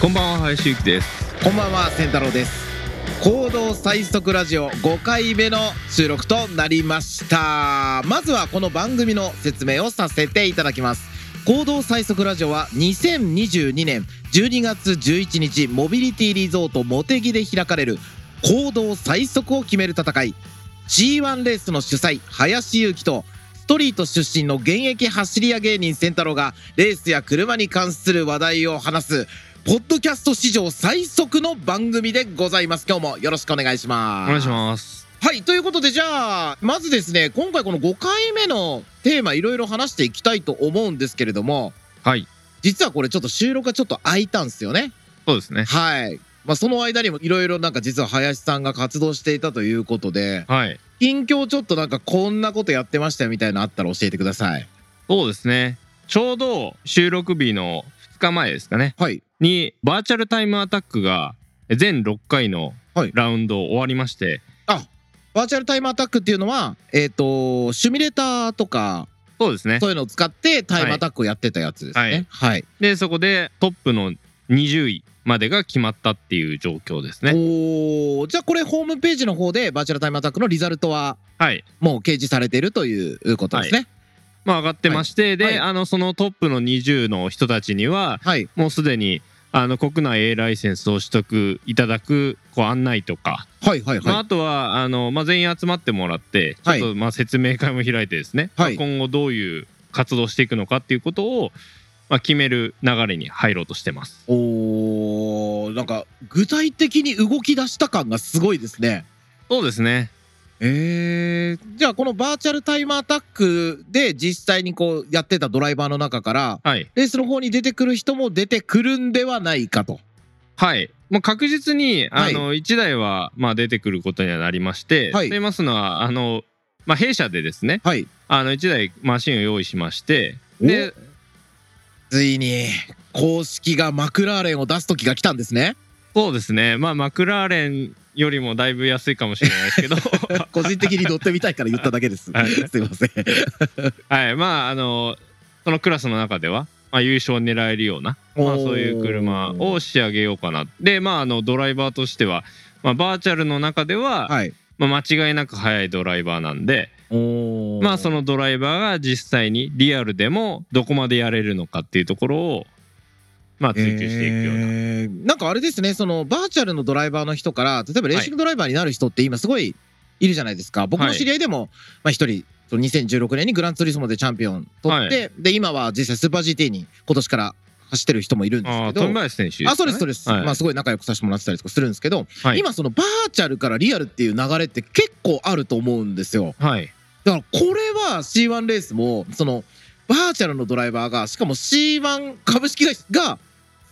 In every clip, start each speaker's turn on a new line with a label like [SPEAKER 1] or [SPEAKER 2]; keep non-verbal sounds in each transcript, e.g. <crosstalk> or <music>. [SPEAKER 1] こんばんは林幸です
[SPEAKER 2] こんばんは、千太郎です。行動最速ラジオ5回目の収録となりました。まずはこの番組の説明をさせていただきます。行動最速ラジオは2022年12月11日モビリティリゾートモテギで開かれる行動最速を決める戦い G1 レースの主催林勇輝とストリート出身の現役走り屋芸人千太郎がレースや車に関する話題を話すポッドキャスト史上最速の番組でございます。今日もよろしくお願いし
[SPEAKER 1] お
[SPEAKER 2] ます。
[SPEAKER 1] 願いします
[SPEAKER 2] はい、ということで、じゃあ、まずですね、今回この5回目のテーマ、いろいろ話していきたいと思うんですけれども、
[SPEAKER 1] はい
[SPEAKER 2] 実はこれちょっと収録がちょっと空いたんですよね。
[SPEAKER 1] そうですね
[SPEAKER 2] はい。まあ、その間にもいろいろなんか実は林さんが活動していたということで、
[SPEAKER 1] はい
[SPEAKER 2] 近況ちょっとなんかこんなことやってましたよみたいなのあったら教えてください。
[SPEAKER 1] そうですねちょうど収録日の2日前ですかね
[SPEAKER 2] はい。
[SPEAKER 1] にバーチャルタイムアタックが全6回の
[SPEAKER 2] はい
[SPEAKER 1] ラウンドを終わりまして、
[SPEAKER 2] バーチャルタイムアタックっていうのは、えっ、と、シミュレーターとか、
[SPEAKER 1] そうですね
[SPEAKER 2] そういうのを使ってタイムアタックをやってたやつですね。はい。
[SPEAKER 1] でそこでトップの20位までが決まったっていう状況ですね
[SPEAKER 2] おーじゃあこれホームページの方でバーチャルタイムアタックのリザルトは
[SPEAKER 1] はい
[SPEAKER 2] もう掲示されているということですね。
[SPEAKER 1] まあ上がってまして、で、
[SPEAKER 2] はい
[SPEAKER 1] あのそのトップの20の人たちには
[SPEAKER 2] はい。
[SPEAKER 1] もうすでにあの国内 A ライセンスを取得いただくこう案内とか、
[SPEAKER 2] はいはい
[SPEAKER 1] まあ、
[SPEAKER 2] は
[SPEAKER 1] あとはあの、まあ、全員集まってもらってちょ
[SPEAKER 2] は
[SPEAKER 1] っ
[SPEAKER 2] い
[SPEAKER 1] とまあ説明会も開いてですね、
[SPEAKER 2] はい
[SPEAKER 1] まあ今後どういう活動していくのかっていうことを、まあ、決める流れに入ろうとしてます。
[SPEAKER 2] い。おーなんか具体的に動き出した感がすごいですね。
[SPEAKER 1] そうですね
[SPEAKER 2] えー、じゃあこのバーチャルタイムアタックで実際にこうやってたドライバーの中から
[SPEAKER 1] はい、
[SPEAKER 2] レースの方に出てくる人も出てくるんではないかと。
[SPEAKER 1] はいもう確実に
[SPEAKER 2] は
[SPEAKER 1] あ
[SPEAKER 2] い
[SPEAKER 1] の1台はまあ出てくることにはなりまして、
[SPEAKER 2] はい
[SPEAKER 1] と言いますのはあの、まあ、弊社でですね
[SPEAKER 2] はい。
[SPEAKER 1] あの1台マシンを用意しまして
[SPEAKER 2] お
[SPEAKER 1] で
[SPEAKER 2] ついに公式がマクラーレンを出す時が来たんですね。
[SPEAKER 1] そうですねまあマクラーレンよりもだいぶ安いかもしれないで
[SPEAKER 2] <laughs>
[SPEAKER 1] すけど
[SPEAKER 2] 個人的に乗ってみたいから言っただけです。
[SPEAKER 1] はい
[SPEAKER 2] <laughs> すいません。
[SPEAKER 1] はいまああのそのクラスの中では、まあ、優勝を狙えるような、まあ、そういう車を仕上げようかなでまああのドライバーとしては、まあ、バーチャルの中では、
[SPEAKER 2] はい。
[SPEAKER 1] まあ、間違いなく速いドライバーなんでまあそ
[SPEAKER 2] の
[SPEAKER 1] のドライバーが実際にリアルでもどこまでやれるのかっていうところをまあ追求していくような、
[SPEAKER 2] えーなんかあれですね、そのバーチャルのドライバーの人から、例えばレーシングドライバーになる人って今すごいいるじゃないですか。僕の知り合いでも、まあ一人。その2016年にグランツーリスモでチャンピオン取って、で今は実際スーパー GT に今年から走ってる人もいるんです
[SPEAKER 1] ああ
[SPEAKER 2] けど
[SPEAKER 1] 富林選手
[SPEAKER 2] あそうですそうです、
[SPEAKER 1] はい
[SPEAKER 2] まあすごい仲良くさせてもらってたりとかするんですけど、
[SPEAKER 1] はい
[SPEAKER 2] 今そのバーチャルからリアルっていう流れって結構あると思うんですよ
[SPEAKER 1] はい
[SPEAKER 2] だからこれは C1 レースもそのバーチャルのドライバーがしかも C1 株式会社が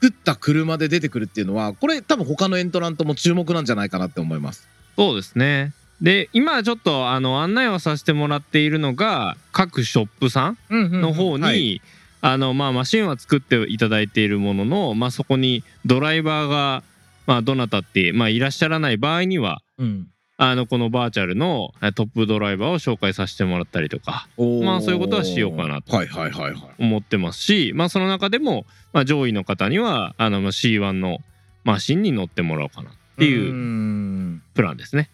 [SPEAKER 2] 作った車で出てくるっていうのはこれ多分他のエントラントも注目なんじゃないかなって思います。
[SPEAKER 1] そうですね。で今ちょっとあの案内をさせてもらっているのが各ショップさんの
[SPEAKER 2] の
[SPEAKER 1] 方に、
[SPEAKER 2] はい
[SPEAKER 1] あのまあ、マシンは作っていただいているものの、まあ、そこにドライバーが、まあ、どなたって、まあ、いらっしゃらない場合には
[SPEAKER 2] うん
[SPEAKER 1] あのこのバーチャルのえトップドライバーを紹介させてもらったりとか
[SPEAKER 2] おー
[SPEAKER 1] まあそういうことはしようかなと
[SPEAKER 2] はいはいはいはい。
[SPEAKER 1] 思ってますし、まあ、その中でも、まあ、上位の方にはあのまあ C1 のマシンに乗ってもらおうかなっていううんプランですね。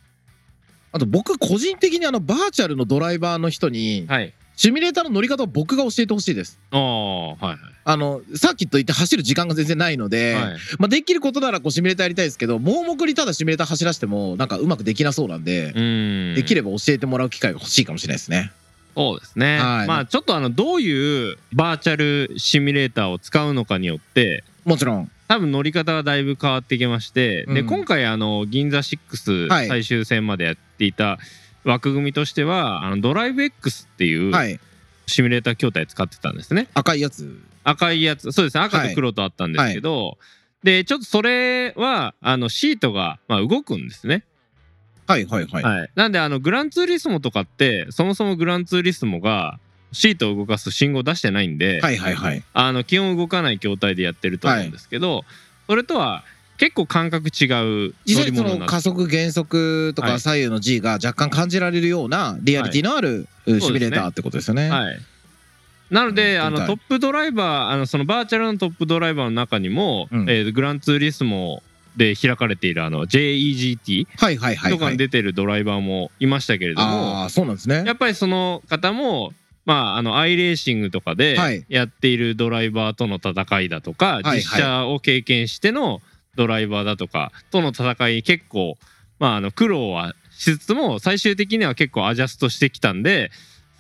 [SPEAKER 2] あと僕個人的にあのバーチャルのドライバーの人に
[SPEAKER 1] はい、
[SPEAKER 2] シミュレーターの乗り方を僕が教えてほしいです。
[SPEAKER 1] ああはいは
[SPEAKER 2] あのサーキット行って走る時間が全然ないの
[SPEAKER 1] い、
[SPEAKER 2] で、
[SPEAKER 1] はい
[SPEAKER 2] まあ、できることならこうシミュレーターやりたいですけど盲目にただシミュレーター走らせてもなんかうまくできなそうなんで、で
[SPEAKER 1] で
[SPEAKER 2] きれば教えてもらう機会が欲しいかもしれないですね。
[SPEAKER 1] そうですね、
[SPEAKER 2] はい
[SPEAKER 1] まあちょっとあのどういうバーチャルシミュレーターを使うのかによって
[SPEAKER 2] もちろん。
[SPEAKER 1] 多分乗り方はだいぶ変わってきまして、
[SPEAKER 2] う
[SPEAKER 1] で
[SPEAKER 2] ん
[SPEAKER 1] 今回あの銀座6
[SPEAKER 2] はい
[SPEAKER 1] 最終戦までやっていた枠組みとしては、あのドライブ X っていう
[SPEAKER 2] はい。
[SPEAKER 1] シミュレーター筐体使ってたんですね
[SPEAKER 2] 赤いやつ。
[SPEAKER 1] 赤いやつそうですね赤と黒とあったんですけど、でちょっとそれはあのシートが、まあ、動くんですね
[SPEAKER 2] はいはいはい。
[SPEAKER 1] はい、なんであのグランツーリスモとかってそもそもグランツーリスモがシートを動かす信号を出してないんで、
[SPEAKER 2] はいはいはい。
[SPEAKER 1] あの基本動かない筐体でやってると思うんですけど、それとは結構感覚違う乗
[SPEAKER 2] 実
[SPEAKER 1] り
[SPEAKER 2] 際そ
[SPEAKER 1] 物に
[SPEAKER 2] の
[SPEAKER 1] なって
[SPEAKER 2] 加速減速と
[SPEAKER 1] は
[SPEAKER 2] か
[SPEAKER 1] い
[SPEAKER 2] 左右の G が若干感じられるようなリアリティのあるシミュレーターってことですよね。
[SPEAKER 1] はい、なので、
[SPEAKER 2] うん
[SPEAKER 1] あ
[SPEAKER 2] 見た
[SPEAKER 1] の
[SPEAKER 2] い
[SPEAKER 1] トップドライバーあのそのバーチャルのトップドライバーの中にも、
[SPEAKER 2] うん
[SPEAKER 1] えーグランツーリスモで開かれているあの JEGT
[SPEAKER 2] はいはいはい
[SPEAKER 1] とか
[SPEAKER 2] は
[SPEAKER 1] に
[SPEAKER 2] い
[SPEAKER 1] 出てるドライバーもいましたけれども、
[SPEAKER 2] ああそうなんですね
[SPEAKER 1] やっぱりその方も、まあ、あのアイレーシングとか
[SPEAKER 2] はい
[SPEAKER 1] でやっているドライバーとの戦いだとか、
[SPEAKER 2] いはい
[SPEAKER 1] 実車を経験してのドライバーだとかとの戦い結構、まあ、あの苦労はしつつも最終的には結構アジャストしてきたんで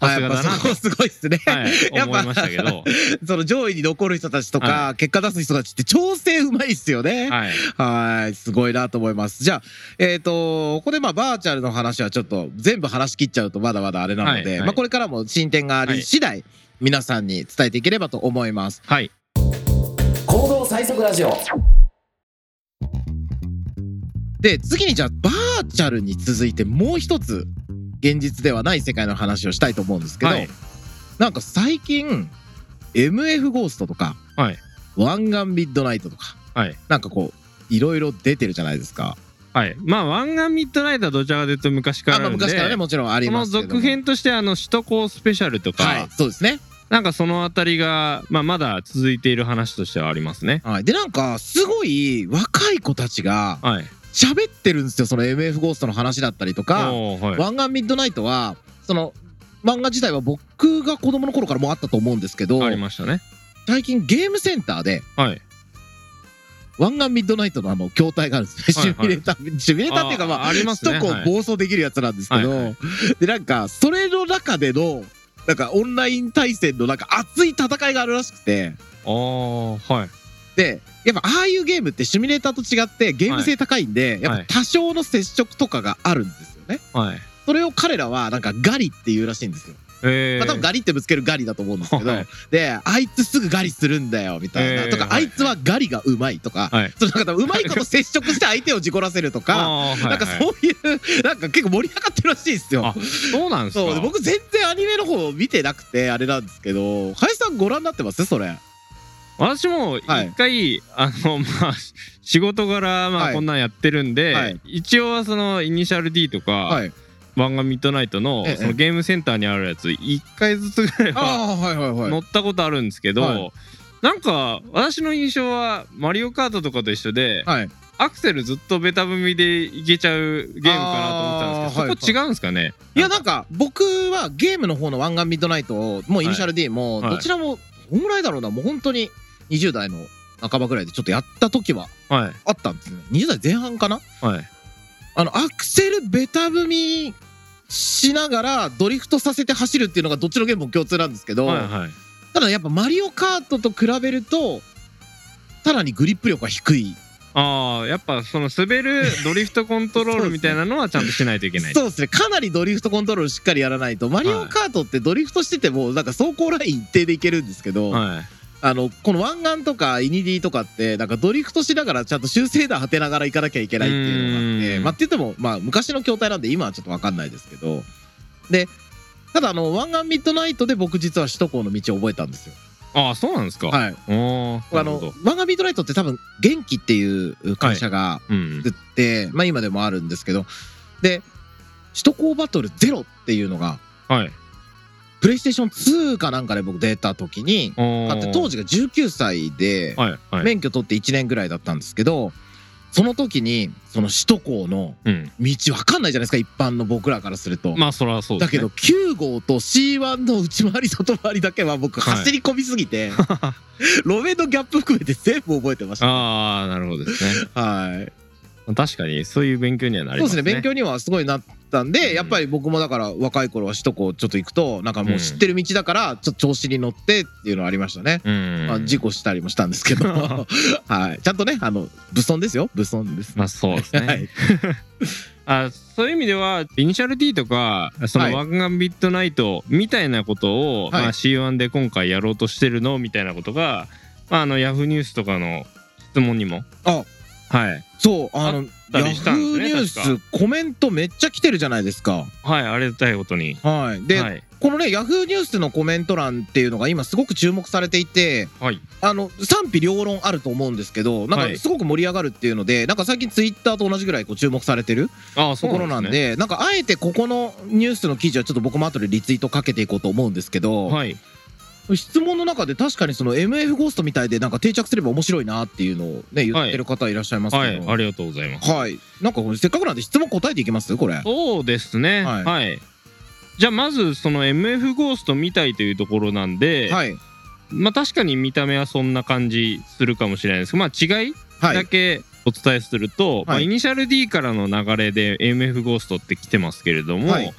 [SPEAKER 1] さ
[SPEAKER 2] あ
[SPEAKER 1] す
[SPEAKER 2] や
[SPEAKER 1] が
[SPEAKER 2] っぱ
[SPEAKER 1] だな
[SPEAKER 2] そ
[SPEAKER 1] と <laughs>
[SPEAKER 2] こ、すごいっす <laughs> ね、
[SPEAKER 1] はい、
[SPEAKER 2] やっ
[SPEAKER 1] 思
[SPEAKER 2] ぱ
[SPEAKER 1] いましたけど、
[SPEAKER 2] その上位に残る人たちとか、結果出す人たちって調整うまいっすよね
[SPEAKER 1] はい、
[SPEAKER 2] はいすごいなと思いますじゃあえっ、とここでまあバーチャルの話はちょっと全部話し切っちゃうとまだまだあれなので、
[SPEAKER 1] はいはい
[SPEAKER 2] まあ、これからも進展があり次第、皆さんに伝えていければと思います
[SPEAKER 1] はい、
[SPEAKER 3] 行動最速ラジオ
[SPEAKER 2] で次にじゃあバーチャルに続いてもう一つ現実ではない世界の話をしたいと思うんですけど、
[SPEAKER 1] はい
[SPEAKER 2] なんか最近 MF ゴーストとか、
[SPEAKER 1] はい
[SPEAKER 2] ワンガンミッドナイトとか、
[SPEAKER 1] はい
[SPEAKER 2] なんかこういろいろ出てるじゃないですか。
[SPEAKER 1] はい、まあ湾岸ミッドナイトはどちらかというと昔から
[SPEAKER 2] あ
[SPEAKER 1] あ
[SPEAKER 2] まあ
[SPEAKER 1] るんで
[SPEAKER 2] 昔からねもちろんあり
[SPEAKER 1] その
[SPEAKER 2] ますけども
[SPEAKER 1] 続編としてあの首都高スペシャルとか、
[SPEAKER 2] はいそうですね。
[SPEAKER 1] なんかそのあたりが、まあ、まだ続いている話としてはありますね。
[SPEAKER 2] はい、でなんかすごい若い子たちが
[SPEAKER 1] はい。
[SPEAKER 2] 喋ってるんですよその MF ゴーストの話だったりとか、
[SPEAKER 1] おーはい、
[SPEAKER 2] ワンガンミッドナイトはその漫画自体は僕が子供の頃からもうあったと思うんですけど
[SPEAKER 1] ありましたね。
[SPEAKER 2] 最近ゲームセンターで
[SPEAKER 1] はい。
[SPEAKER 2] ワンガンミッドナイトのあの筐体があるんですね、
[SPEAKER 1] はいはい
[SPEAKER 2] シミュレーターシミュレーターっていうかまあ
[SPEAKER 1] ありますね。
[SPEAKER 2] 首都高
[SPEAKER 1] はい
[SPEAKER 2] 暴走できるやつなんですけど、
[SPEAKER 1] はいは
[SPEAKER 2] でなんかそれの中でのなんかオンライン対戦のなんか熱い戦いがあるらしくて
[SPEAKER 1] あーはい。
[SPEAKER 2] でやっぱああいうゲームってシミュレーターと違ってゲーム性高いんで、やっぱ多少の接触とかがあるんですよね。
[SPEAKER 1] はい。
[SPEAKER 2] それを彼らはなんかガリっていうらしいんですよ。
[SPEAKER 1] え
[SPEAKER 2] まあ、
[SPEAKER 1] ー
[SPEAKER 2] 多分ガリってぶつけるガリだと思うんですけど、
[SPEAKER 1] はい
[SPEAKER 2] であいつすぐガリするんだよみたいな、
[SPEAKER 1] えー
[SPEAKER 2] とか、
[SPEAKER 1] はい
[SPEAKER 2] あいつはガリがうまいとか、
[SPEAKER 1] はい
[SPEAKER 2] そのなんか多分うまいこと接触して相手を事故らせるとか。
[SPEAKER 1] <laughs> あーはい
[SPEAKER 2] なんか
[SPEAKER 1] はい
[SPEAKER 2] そういうなんか結構盛り上がってるらしいですよ
[SPEAKER 1] あ。そうなんですか。
[SPEAKER 2] そうで僕全然アニメの方見てなくてあれなんですけど林さんご覧になってますそれ
[SPEAKER 1] 私も一回、あのまあ仕事柄ま
[SPEAKER 2] は
[SPEAKER 1] あ
[SPEAKER 2] い
[SPEAKER 1] こんなんやってるんで、
[SPEAKER 2] はい
[SPEAKER 1] 一応はそのイニシャル D とか、
[SPEAKER 2] はい
[SPEAKER 1] ワンガンミッドナイトの
[SPEAKER 2] ええ
[SPEAKER 1] そのゲームセンターにあるやつ一回ずつぐらいは
[SPEAKER 2] ああはいはいはい
[SPEAKER 1] 乗ったことあるんですけど、
[SPEAKER 2] はい
[SPEAKER 1] なんか私の印象はマリオカートとかと一緒で、
[SPEAKER 2] はい
[SPEAKER 1] アクセルずっとベタ踏みでいけちゃうゲームかなと思ってたんですけど、
[SPEAKER 2] あー
[SPEAKER 1] そこ違うんですかね、
[SPEAKER 2] いやなんか僕はゲームの方の「ワンガンミッドナイト」もうイニシャル D も
[SPEAKER 1] はい
[SPEAKER 2] どちらもどんぐらいだろうなもう本当に20代の半ばぐらいでちょっとやった時は
[SPEAKER 1] は
[SPEAKER 2] あったんですね20代前半かない
[SPEAKER 1] はい
[SPEAKER 2] あのアクセルベタ踏みしながらドリフトさせて走るっていうのがどっちのゲームも共通なんですけど、
[SPEAKER 1] はいはい
[SPEAKER 2] ただやっぱマリオカートと比べるとさらにグリップ力が低い
[SPEAKER 1] ああやっぱその滑るドリフトコントロールみたいなのはちゃんとしないといけない
[SPEAKER 2] そうですねかなりドリフトコントロールしっかりやらないとマリオカートってドリフトしててもなんか走行ライン一定でいけるんですけど、
[SPEAKER 1] は
[SPEAKER 2] あのこの湾岸とかイニディとかってなんかドリフトしながらちゃんと修正弾当てながら行かなきゃいけないっていうのがあって
[SPEAKER 1] うん
[SPEAKER 2] まあって言ってもまあ昔の筐体なんで今はちょっと分かんないですけどでただあの湾岸ミッドナイトで僕実は首都高の道を覚えたんですよ。
[SPEAKER 1] いああそうなんですか、い、
[SPEAKER 2] はい、
[SPEAKER 1] おー
[SPEAKER 2] あ
[SPEAKER 1] なる
[SPEAKER 2] の
[SPEAKER 1] ほど
[SPEAKER 2] 湾岸ミッドナイトって多分元気っていう会社が、
[SPEAKER 1] うん
[SPEAKER 2] 作って、まあ、今でもあるんですけどで「首都高バトルゼロっていうのが
[SPEAKER 1] はい
[SPEAKER 2] プレイステーション2かなんかで僕出た時に
[SPEAKER 1] お
[SPEAKER 2] 買って当
[SPEAKER 1] 時
[SPEAKER 2] 時が19歳で
[SPEAKER 1] はいはい
[SPEAKER 2] 免許取って1年ぐらいだったんですけどその時にその首都高の
[SPEAKER 1] うん
[SPEAKER 2] 道わかんないじゃないですか一般の僕らからすると。
[SPEAKER 1] まあそりゃそうで
[SPEAKER 2] だ
[SPEAKER 1] す、ね、
[SPEAKER 2] けど9号と C1 の内回り外回りだけは僕
[SPEAKER 1] はい
[SPEAKER 2] 走り込みすぎて、
[SPEAKER 1] <laughs>
[SPEAKER 2] 路面のギャップ含めて全部覚えてました。
[SPEAKER 1] ああなるほどですね
[SPEAKER 2] はい
[SPEAKER 1] 確かにそういう勉強にはなり
[SPEAKER 2] そ
[SPEAKER 1] ま
[SPEAKER 2] うですすね
[SPEAKER 1] ね
[SPEAKER 2] 勉強にはすごいなったんで、
[SPEAKER 1] うん
[SPEAKER 2] やっぱり僕もだから若い頃は首都高ちょっと行くとなんかもう知ってる道だからちょっと調子に乗ってっていうのはありましたね、
[SPEAKER 1] うん
[SPEAKER 2] まあ、事故したりもしたんです
[SPEAKER 1] <laughs>
[SPEAKER 2] けど、はい、ちゃんとねあの物損ですよ物損です、
[SPEAKER 1] まあそうですね、
[SPEAKER 2] はい、
[SPEAKER 1] あそういう意味ではイニシャル D とかそ
[SPEAKER 2] はい
[SPEAKER 1] のワンガンビットナイトみたいなことを、
[SPEAKER 2] はい
[SPEAKER 1] まあ、C1 で今回やろうとしてるのみたいなことが、まあ、あのヤフーニュースとかの質問にも
[SPEAKER 2] あ
[SPEAKER 1] はい
[SPEAKER 2] そうあの
[SPEAKER 1] た
[SPEAKER 2] ヤフ
[SPEAKER 1] りしたんです
[SPEAKER 2] ー
[SPEAKER 1] ね
[SPEAKER 2] ニュースコメントめっちゃ来てるじゃないですか
[SPEAKER 1] はいありがたいことに
[SPEAKER 2] はいで、
[SPEAKER 1] はい
[SPEAKER 2] このねヤフーニュースのコメント欄っていうのが今すごく注目されていて、
[SPEAKER 1] はい
[SPEAKER 2] あの賛否両論あると思うんですけどな
[SPEAKER 1] は
[SPEAKER 2] んか
[SPEAKER 1] い
[SPEAKER 2] すごく盛り上がるっていうので、なんか最近ツイッターと同じぐらいこう注目されてる
[SPEAKER 1] ああ
[SPEAKER 2] と
[SPEAKER 1] そう
[SPEAKER 2] ころなん
[SPEAKER 1] な
[SPEAKER 2] でなん
[SPEAKER 1] んですね
[SPEAKER 2] かあえてここのニュースの記事はちょっと僕も後でリツイートかけていこうと思うんですけど、
[SPEAKER 1] はい
[SPEAKER 2] 質問の中で確かにその MF ゴーストみたいでなんか定着すれば面白いなっていうのをね言ってる方いらっしゃいますけど、
[SPEAKER 1] は
[SPEAKER 2] はい
[SPEAKER 1] い、ありがとうございます。
[SPEAKER 2] なんかこれせっかくなんで質問答えていきますこれ
[SPEAKER 1] そうですね、
[SPEAKER 2] は
[SPEAKER 1] はいい、じゃあまずその MF ゴーストみたいというところなんで、
[SPEAKER 2] はい
[SPEAKER 1] まあ確かに見た目はそんな感じするかもしれないですけど、まあ違い
[SPEAKER 2] は
[SPEAKER 1] だ
[SPEAKER 2] い
[SPEAKER 1] けお伝えすると、まあ、
[SPEAKER 2] は
[SPEAKER 1] イ
[SPEAKER 2] い
[SPEAKER 1] ニシャル D からの流れで MF ゴーストって来てますけれども、
[SPEAKER 2] はい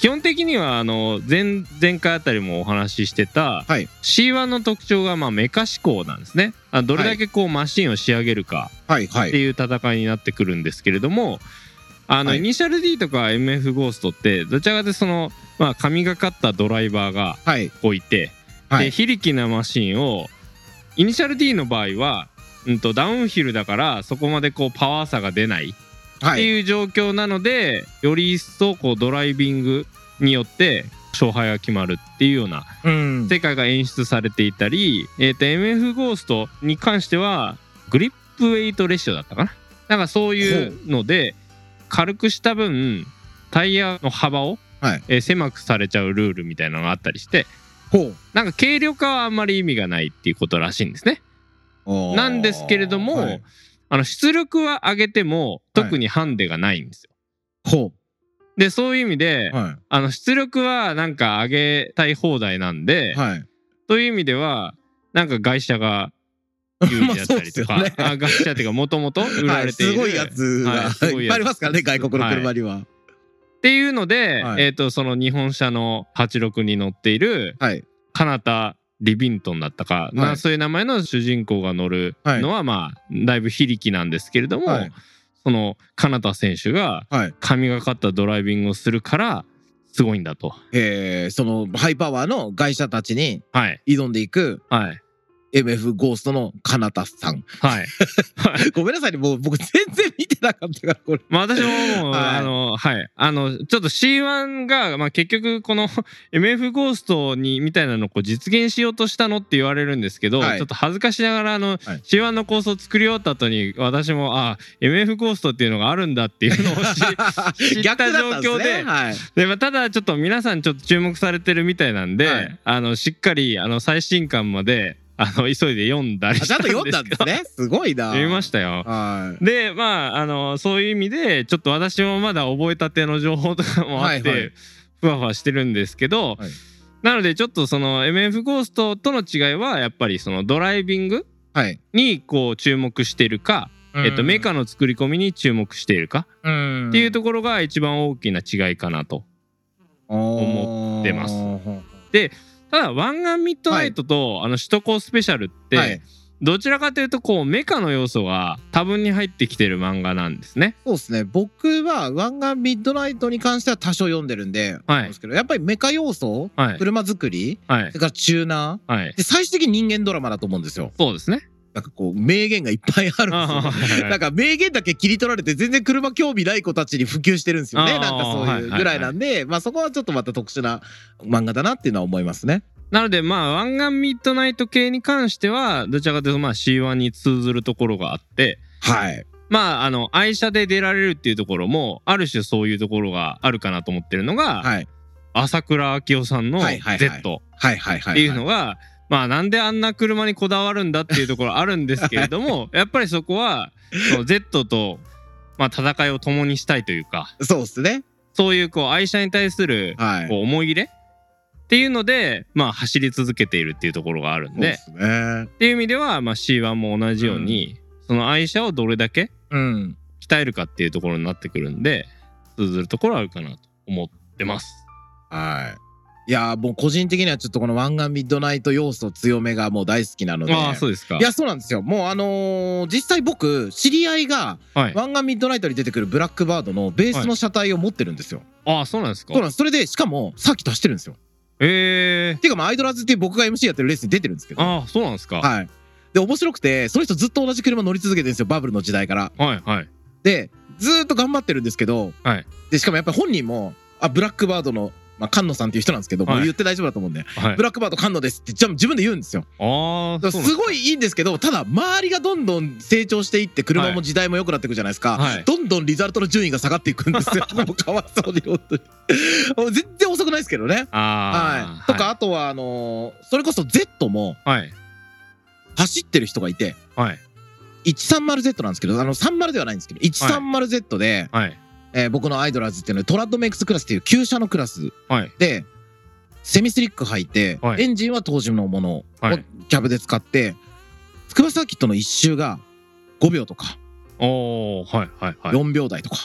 [SPEAKER 1] 基本的にはあの前前回あたりもお話ししてた
[SPEAKER 2] はい
[SPEAKER 1] C1 の特徴がまあメカ思考なんですね。あどれだけこうマシンを仕上げるか
[SPEAKER 2] はいは
[SPEAKER 1] って
[SPEAKER 2] い
[SPEAKER 1] いう戦いになってくるんですけれどもあの、
[SPEAKER 2] はい
[SPEAKER 1] イニシャル D とか MF ゴーストってどちらかというとその、まあ、神がかったドライバーが
[SPEAKER 2] はい
[SPEAKER 1] 置いて、
[SPEAKER 2] はい
[SPEAKER 1] で非力なマシンをイニシャル D の場合は、うん、とダウンヒルだからそこまでこうパワー差が出ないっ
[SPEAKER 2] は
[SPEAKER 1] て
[SPEAKER 2] い
[SPEAKER 1] いう状況なので、より一層こうドライビングによって勝敗が決まるっていうような
[SPEAKER 2] うん
[SPEAKER 1] 世界が演出されていたり、えー、と MF ゴーストに関してはグリップウェイトレシオだったかななんかそういうので軽くした分タイヤの幅を、
[SPEAKER 2] はい
[SPEAKER 1] えー狭くされちゃうルールみたいなのがあったりして
[SPEAKER 2] ほう
[SPEAKER 1] なんか軽量化はあんまり意味がないっていうことらしいんですね。
[SPEAKER 2] おー
[SPEAKER 1] なんですけれども、
[SPEAKER 2] はい
[SPEAKER 1] あの出力は上げても特にハンデがないんですよ。
[SPEAKER 2] ほ
[SPEAKER 1] でそういう意味で、
[SPEAKER 2] うは
[SPEAKER 1] あの出力はなんか上げたい放題なんで
[SPEAKER 2] い、はい
[SPEAKER 1] という意味ではなんか外車が有利だったりとか、
[SPEAKER 2] <laughs> まあそうっすよね
[SPEAKER 1] あ外車っていうかもともと売ら
[SPEAKER 2] は
[SPEAKER 1] れ
[SPEAKER 2] い
[SPEAKER 1] てい
[SPEAKER 2] す
[SPEAKER 1] る、
[SPEAKER 2] ごいやつ
[SPEAKER 1] は
[SPEAKER 2] が
[SPEAKER 1] いすご
[SPEAKER 2] い
[SPEAKER 1] いやつ
[SPEAKER 2] っぱいありますからね外国の車には
[SPEAKER 1] っていうので、
[SPEAKER 2] はい
[SPEAKER 1] えー、とその日本車の86に乗っている
[SPEAKER 2] はい
[SPEAKER 1] カナタ・リビントンだったか、な
[SPEAKER 2] はい
[SPEAKER 1] そういう名前の主人公が乗るのは、まあだいぶ非力なんですけれども、
[SPEAKER 2] はい
[SPEAKER 1] そのカナタ選手が
[SPEAKER 2] はい
[SPEAKER 1] 神がかったドライビングをするからすごいんだと。
[SPEAKER 2] えーそのハイパワーの外車たちに
[SPEAKER 1] はい
[SPEAKER 2] 挑んでいく
[SPEAKER 1] はい
[SPEAKER 2] MF ゴーストのカナタさん
[SPEAKER 1] はい。 <laughs>
[SPEAKER 2] ごめんなさいね、もう僕全然見てなかったから、これ。
[SPEAKER 1] まあ私ももう、
[SPEAKER 2] はい
[SPEAKER 1] あの、はい。あの、ちょっと C1 が、まあ結局この <laughs> MF ゴーストに、みたいなのをこう実現しようとしたのって言われるんですけど、
[SPEAKER 2] はい
[SPEAKER 1] ちょっと恥ずかしながら、あの、
[SPEAKER 2] い
[SPEAKER 1] C1 の構想を作り終わった後に、私も、あ、MF ゴーストっていうのがあるんだっていうのを知知っ
[SPEAKER 2] 逆
[SPEAKER 1] た
[SPEAKER 2] だ
[SPEAKER 1] 状
[SPEAKER 2] ったんです
[SPEAKER 1] 況
[SPEAKER 2] ね
[SPEAKER 1] で、
[SPEAKER 2] はい。
[SPEAKER 1] でまあ、ただちょっと皆さんちょっと注目されてるみたいなんで、
[SPEAKER 2] はい
[SPEAKER 1] あの、しっかり、あの、最新刊まで、あの、急いで読んだり
[SPEAKER 2] あ
[SPEAKER 1] し
[SPEAKER 2] ち
[SPEAKER 1] た
[SPEAKER 2] ゃ
[SPEAKER 1] ん
[SPEAKER 2] ん
[SPEAKER 1] で
[SPEAKER 2] と
[SPEAKER 1] すけど。
[SPEAKER 2] 読んだんですね。すごいな。
[SPEAKER 1] 読みましたよ。
[SPEAKER 2] は
[SPEAKER 1] でまああのそういう意味でちょっと私もまだ覚えたての情報とかもあって、
[SPEAKER 2] はいはい
[SPEAKER 1] ふわふわしてるんですけど、
[SPEAKER 2] はい
[SPEAKER 1] なのでちょっとその MF ゴーストとの違いはやっぱりそのドライビング
[SPEAKER 2] い。はい。
[SPEAKER 1] にこう注目してるか、えっと、メー
[SPEAKER 2] っ
[SPEAKER 1] カーの作り込みに注目しているか
[SPEAKER 2] て
[SPEAKER 1] っていう
[SPEAKER 2] と
[SPEAKER 1] ところが一番大きな違いかなと。思
[SPEAKER 2] 思
[SPEAKER 1] ってます
[SPEAKER 2] は
[SPEAKER 1] ただ湾岸ミッドナイトと、あの首都高スペシャルって、
[SPEAKER 2] い。
[SPEAKER 1] どちらかというとこうメカの要素が多分に入ってきてる漫画なんですね。
[SPEAKER 2] そうですね。僕は、湾岸ミッドナイトに関しては多少読んでるんで、
[SPEAKER 1] は
[SPEAKER 2] なん
[SPEAKER 1] い
[SPEAKER 2] ですけど、やっぱりメカ要素、
[SPEAKER 1] はい
[SPEAKER 2] 車作り、
[SPEAKER 1] はい
[SPEAKER 2] それからチューナ
[SPEAKER 1] はい
[SPEAKER 2] ー、で最終的に人間ドラマだと思うんですよ。
[SPEAKER 1] そう
[SPEAKER 2] <laughs>
[SPEAKER 1] ですね。
[SPEAKER 2] なんかこう、名言がいっぱいあるんです
[SPEAKER 1] あ。
[SPEAKER 2] よ
[SPEAKER 1] ー
[SPEAKER 2] なんか名言だけ切り取られて全然車興味ない子たちに普及してるんですよね
[SPEAKER 1] あー
[SPEAKER 2] なんかそういうぐらいなんで、まあそこはちょっとまた特殊な漫画だなっていうのは思いますね。
[SPEAKER 1] なのでまあ湾岸ミッドナイト系に関してはどちらかというとまあ C1 に通ずるところがあって
[SPEAKER 2] はい
[SPEAKER 1] まああの愛車で出られるっていうところもある種そういうところがあるかなと思ってるのが、
[SPEAKER 2] はい
[SPEAKER 1] 朝倉明夫さんの
[SPEAKER 2] はいはいはい
[SPEAKER 1] Z
[SPEAKER 2] はいはいはい。
[SPEAKER 1] っていうのが、まあなんであんな車にこだわるんだっていうところあるんですけれども <laughs> やっぱりそこはその Z と、まあ、戦いを共にしたいというか
[SPEAKER 2] そうですね。
[SPEAKER 1] そういうこう愛車に対する
[SPEAKER 2] はい。
[SPEAKER 1] こう思い入れっていうので、まあ、走り続けているっていうところがあるんで。
[SPEAKER 2] そうですね。
[SPEAKER 1] っていう意味では、まあ、C1 も同じように、その愛車をどれだけ
[SPEAKER 2] うん。
[SPEAKER 1] 鍛えるかっていうところになってくるんで通ずるところはあるかなと思ってます。
[SPEAKER 2] はい。いやーもう個人的にはちょっとこの湾岸ミッドナイト要素強めがもう大好きなので。
[SPEAKER 1] ああそうですか。
[SPEAKER 2] いやそうなんですよもうあのー実際僕知り合いが
[SPEAKER 1] はい、
[SPEAKER 2] 湾岸ミッドナイトに出てくるブラックバードのベースの車体を持ってるんですよ、
[SPEAKER 1] ああそうなんですか。
[SPEAKER 2] そうなんですそれでしかもさっき出してるんですよ
[SPEAKER 1] ええ
[SPEAKER 2] っていうかまあアイドラーズっていう僕が MC やってるレースに出てるんですけど。
[SPEAKER 1] ああそうなんですか。は
[SPEAKER 2] はい。で、面白くて、その人ずっと同じ車乗り続けてるんですよ、バブルの時代から。
[SPEAKER 1] いはい。
[SPEAKER 2] で、ずーっと頑張ってるんですけど、
[SPEAKER 1] はい
[SPEAKER 2] で、しかもやっぱり本人も、あ、ブラックバードの、まあ、菅野さんっていう人なんですけど、も
[SPEAKER 1] は
[SPEAKER 2] う
[SPEAKER 1] い
[SPEAKER 2] 言って大丈夫だと思うんで、
[SPEAKER 1] はい
[SPEAKER 2] ブ、ラックバード菅野ですって、じゃあ自分で言うんですよ。
[SPEAKER 1] ああ
[SPEAKER 2] だ
[SPEAKER 1] そう
[SPEAKER 2] から
[SPEAKER 1] なん
[SPEAKER 2] すごいいいんですけど、ただ、周りがどんどん成長していって、車も時代も良くなっていくじゃないですか。
[SPEAKER 1] はい
[SPEAKER 2] どんどんリザルトの順位が下がって
[SPEAKER 1] <laughs>
[SPEAKER 2] いくんですよ。もうかわいそうに、本当に。もう全然遅くないですけどね。
[SPEAKER 1] あ
[SPEAKER 2] はい、
[SPEAKER 1] あ
[SPEAKER 2] とか、かあとはあのーそれこそ Z も
[SPEAKER 1] はい
[SPEAKER 2] 走ってる人がいて
[SPEAKER 1] はい
[SPEAKER 2] 130Z なんですけどあの30ではないんですけど 130Z で、
[SPEAKER 1] はい
[SPEAKER 2] えー僕のアイドラーズっていうのはトラッドメイクスクラスっていう旧車のクラス
[SPEAKER 1] はい
[SPEAKER 2] でセミスリック履いて、
[SPEAKER 1] はい
[SPEAKER 2] エンジンは当時のものを
[SPEAKER 1] はい
[SPEAKER 2] キャブで使って筑波サーキットの1周が5秒とか
[SPEAKER 1] おーはいはいはい
[SPEAKER 2] 4秒台とか、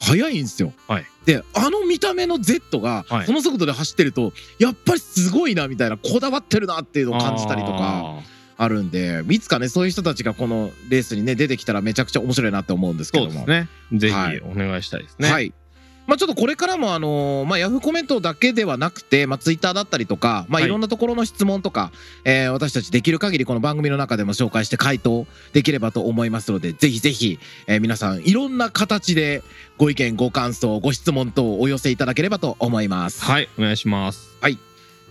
[SPEAKER 2] 速いんですよ。
[SPEAKER 1] はい
[SPEAKER 2] であの見た目の Z が
[SPEAKER 1] はい
[SPEAKER 2] その速度で走ってるとやっぱりすごいなみたいなこだわってるなっていうのを感じたりとか
[SPEAKER 1] あー
[SPEAKER 2] あるんでいつかねそういう人たちがこのレースにね出てきたらめちゃくちゃ面白いなって思うんですけ
[SPEAKER 1] そ
[SPEAKER 2] ど
[SPEAKER 1] う
[SPEAKER 2] も。
[SPEAKER 1] ですねぜひ
[SPEAKER 2] はい
[SPEAKER 1] お願いしたいですね
[SPEAKER 2] はい。まあちょっとこれからもあのーまあヤフーコメントだけではなくて、まあツイッターだったりとか、まあ
[SPEAKER 1] はい
[SPEAKER 2] いろんなところの質問とか、えー私たちできる限りこの番組の中でも紹介して回答できればと思いますので、ぜひぜひ、えー皆さんいろんな形でご意見、ご感想、ご質問等をお寄せいただければと思います。
[SPEAKER 1] はいお願いし
[SPEAKER 2] <laughs>
[SPEAKER 1] ます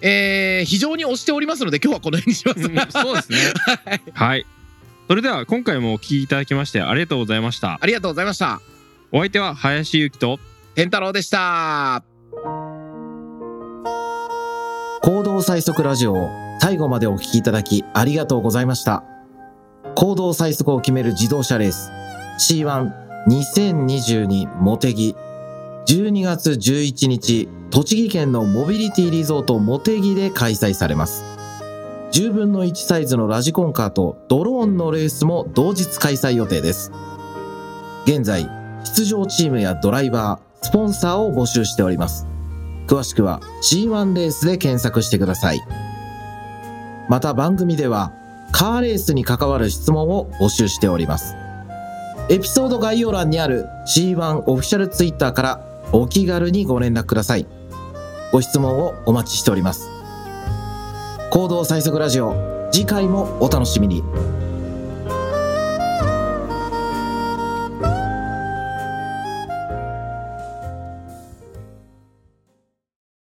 [SPEAKER 2] えー非常に押しておりますので今日はこの辺にしま
[SPEAKER 1] う
[SPEAKER 2] す。
[SPEAKER 1] んそうですね <laughs> はいそれでは今回もお聞きいただきましてありがとうございました
[SPEAKER 2] <laughs> ありがとうございました。
[SPEAKER 1] お相手は林ゆきと
[SPEAKER 2] 天太郎でした。
[SPEAKER 3] 行動最速ラジオを最後までお聞きいただきありがとうございました。行動最速を決める自動車レース C12022 モテギ12月11日栃木県のモビリティリゾートモテギで開催されます。10分の1サイズのラジコンカーとドローンのレースも同日開催予定です。現在、出場チームやドライバー、スポンサーを募集しております。詳しくは G1 レースで検索してください。また番組ではカーレースに関わる質問を募集しております。エピソード概要欄にある G1 オフィシャルツイッターからお気軽にご連絡ください。ご質問をお待ちしております。行動最速ラジオ、次回もお楽しみに。